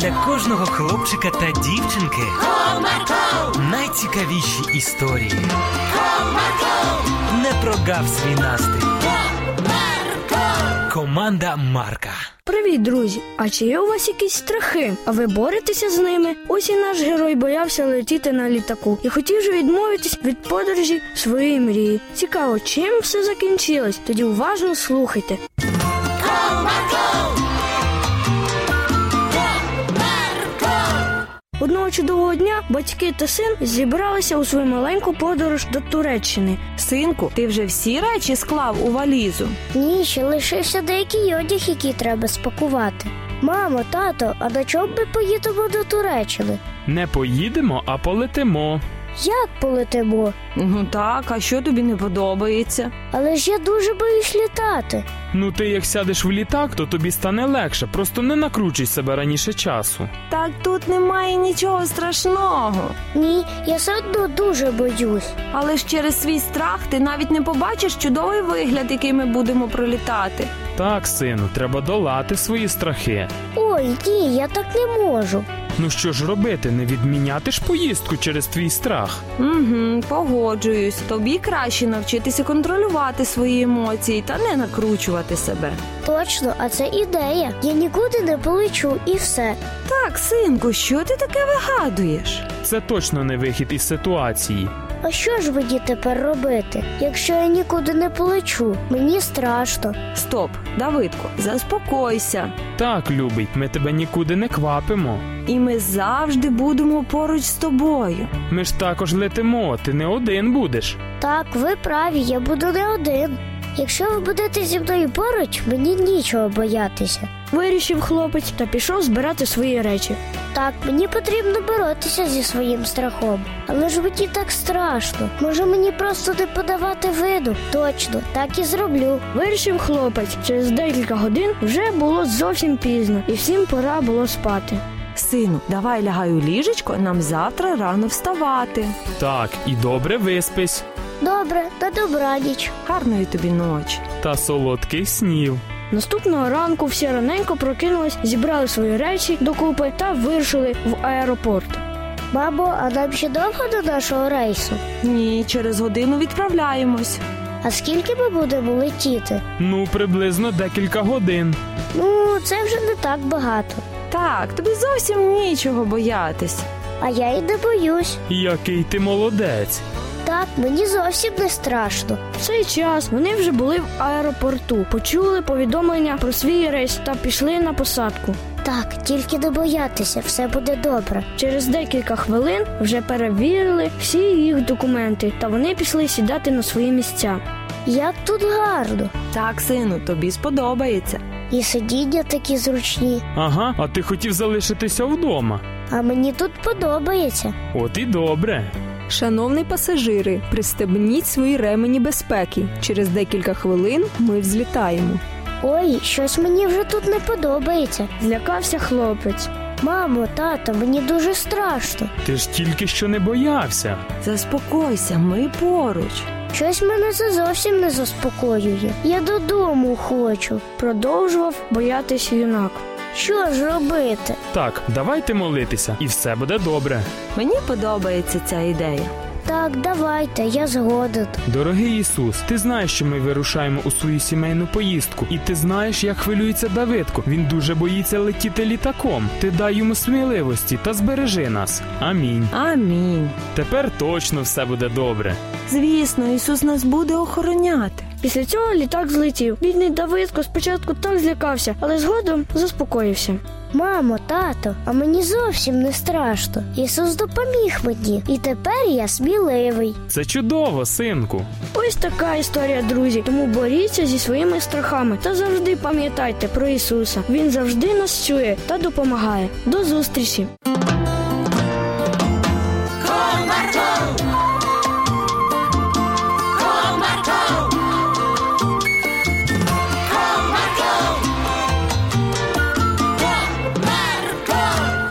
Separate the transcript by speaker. Speaker 1: для кожного хлопчика та дівчинки найцікавіші історії. Не прогав свій настрій. Команда Марка.
Speaker 2: Привіт, друзі! А чи є у вас якісь страхи? А ви боретеся з ними? Ось і наш герой боявся летіти на літаку і хотів же відмовитись від подорожі своєї мрії. Цікаво, чим все закінчилось? Тоді уважно слухайте. Одного чудового дня батьки та син зібралися у свою маленьку подорож до Туреччини.
Speaker 3: Синку, ти вже всі речі склав у валізу.
Speaker 4: Ні, ще лишився деякий одяг, який треба спакувати. Мамо, тато, а на чому ми поїдемо до Туреччини?
Speaker 5: Не поїдемо, а полетимо.
Speaker 4: Як полетимо?
Speaker 3: Ну так, а що тобі не подобається?
Speaker 4: Але ж я дуже боюсь літати.
Speaker 5: Ну ти як сядеш в літак, то тобі стане легше, просто не накручуй себе раніше часу.
Speaker 3: Так тут немає нічого страшного.
Speaker 4: Ні, я все одно дуже боюсь.
Speaker 3: Але ж через свій страх ти навіть не побачиш чудовий вигляд, який ми будемо пролітати.
Speaker 5: Так, сину, треба долати свої страхи.
Speaker 4: Ой, ні, я так не можу.
Speaker 5: Ну що ж робити, не відміняти ж поїздку через твій страх.
Speaker 3: Угу, погоджуюсь. Тобі краще навчитися контролювати свої емоції та не накручувати себе.
Speaker 4: Точно, а це ідея. Я нікуди не полечу і все.
Speaker 3: Так, синку, що ти таке вигадуєш?
Speaker 5: Це точно не вихід із ситуації.
Speaker 4: А що ж мені тепер робити? Якщо я нікуди не полечу, мені страшно.
Speaker 3: Стоп, Давидко, заспокойся.
Speaker 5: Так, любий, ми тебе нікуди не квапимо.
Speaker 3: І ми завжди будемо поруч з тобою.
Speaker 5: Ми ж також летимо, ти не один будеш.
Speaker 4: Так, ви праві, я буду не один. Якщо ви будете зі мною поруч, мені нічого боятися.
Speaker 2: Вирішив хлопець та пішов збирати свої речі.
Speaker 4: Так, мені потрібно боротися зі своїм страхом. Але ж мені так страшно. Може мені просто не подавати виду? Точно, так і зроблю.
Speaker 2: Вирішив хлопець, через декілька годин вже було зовсім пізно, і всім пора було спати.
Speaker 3: Сину, давай лягай у ліжечко, нам завтра рано вставати.
Speaker 5: Так, і добре виспись,
Speaker 4: Добре, на добраніч.
Speaker 3: Гарної тобі ночі.
Speaker 5: та солодких снів.
Speaker 2: Наступного ранку всі раненько прокинулись, зібрали свої речі докупи та вирушили в аеропорт.
Speaker 4: Мамо, а нам ще довго до нашого рейсу?
Speaker 3: Ні, через годину відправляємось.
Speaker 4: А скільки ми будемо летіти?
Speaker 5: Ну, приблизно декілька годин.
Speaker 4: Ну, це вже не так багато.
Speaker 3: Так, тобі зовсім нічого боятись.
Speaker 4: А я й не боюсь.
Speaker 5: Який ти молодець.
Speaker 4: Так, мені зовсім не страшно.
Speaker 2: В цей час вони вже були в аеропорту, почули повідомлення про свій рейс та пішли на посадку.
Speaker 4: Так, тільки не боятися, все буде добре.
Speaker 2: Через декілька хвилин вже перевірили всі їх документи, та вони пішли сідати на свої місця.
Speaker 4: Як тут гарно.
Speaker 3: Так, сину, тобі сподобається.
Speaker 4: І сидіння такі зручні,
Speaker 5: Ага, а ти хотів залишитися вдома.
Speaker 4: а мені тут подобається.
Speaker 5: От і добре.
Speaker 6: Шановні пасажири, пристебніть свої ремені безпеки. Через декілька хвилин ми взлітаємо.
Speaker 4: Ой, щось мені вже тут не подобається.
Speaker 2: Злякався хлопець.
Speaker 4: Мамо, тато, мені дуже страшно.
Speaker 5: Ти ж тільки що не боявся.
Speaker 3: Заспокойся, ми поруч.
Speaker 4: Щось мене це зовсім не заспокоює. Я додому хочу.
Speaker 2: Продовжував боятись юнак.
Speaker 4: Що ж робити?
Speaker 5: Так, давайте молитися, і все буде добре.
Speaker 3: Мені подобається ця ідея.
Speaker 4: Так, давайте, я згоден.
Speaker 5: Дорогий Ісус, ти знаєш, що ми вирушаємо у свою сімейну поїздку, і ти знаєш, як хвилюється Давидко. Він дуже боїться летіти літаком. Ти дай йому сміливості та збережи нас. Амінь.
Speaker 3: Амінь.
Speaker 5: Тепер точно все буде добре.
Speaker 3: Звісно, Ісус нас буде охороняти.
Speaker 2: Після цього літак злетів. Бідний Давидко спочатку так злякався, але згодом заспокоївся.
Speaker 4: Мамо, тато, а мені зовсім не страшно. Ісус допоміг мені, і тепер я сміливий.
Speaker 5: Це чудово, синку.
Speaker 2: Ось така історія, друзі. Тому боріться зі своїми страхами та завжди пам'ятайте про Ісуса. Він завжди нас чує та допомагає. До зустрічі!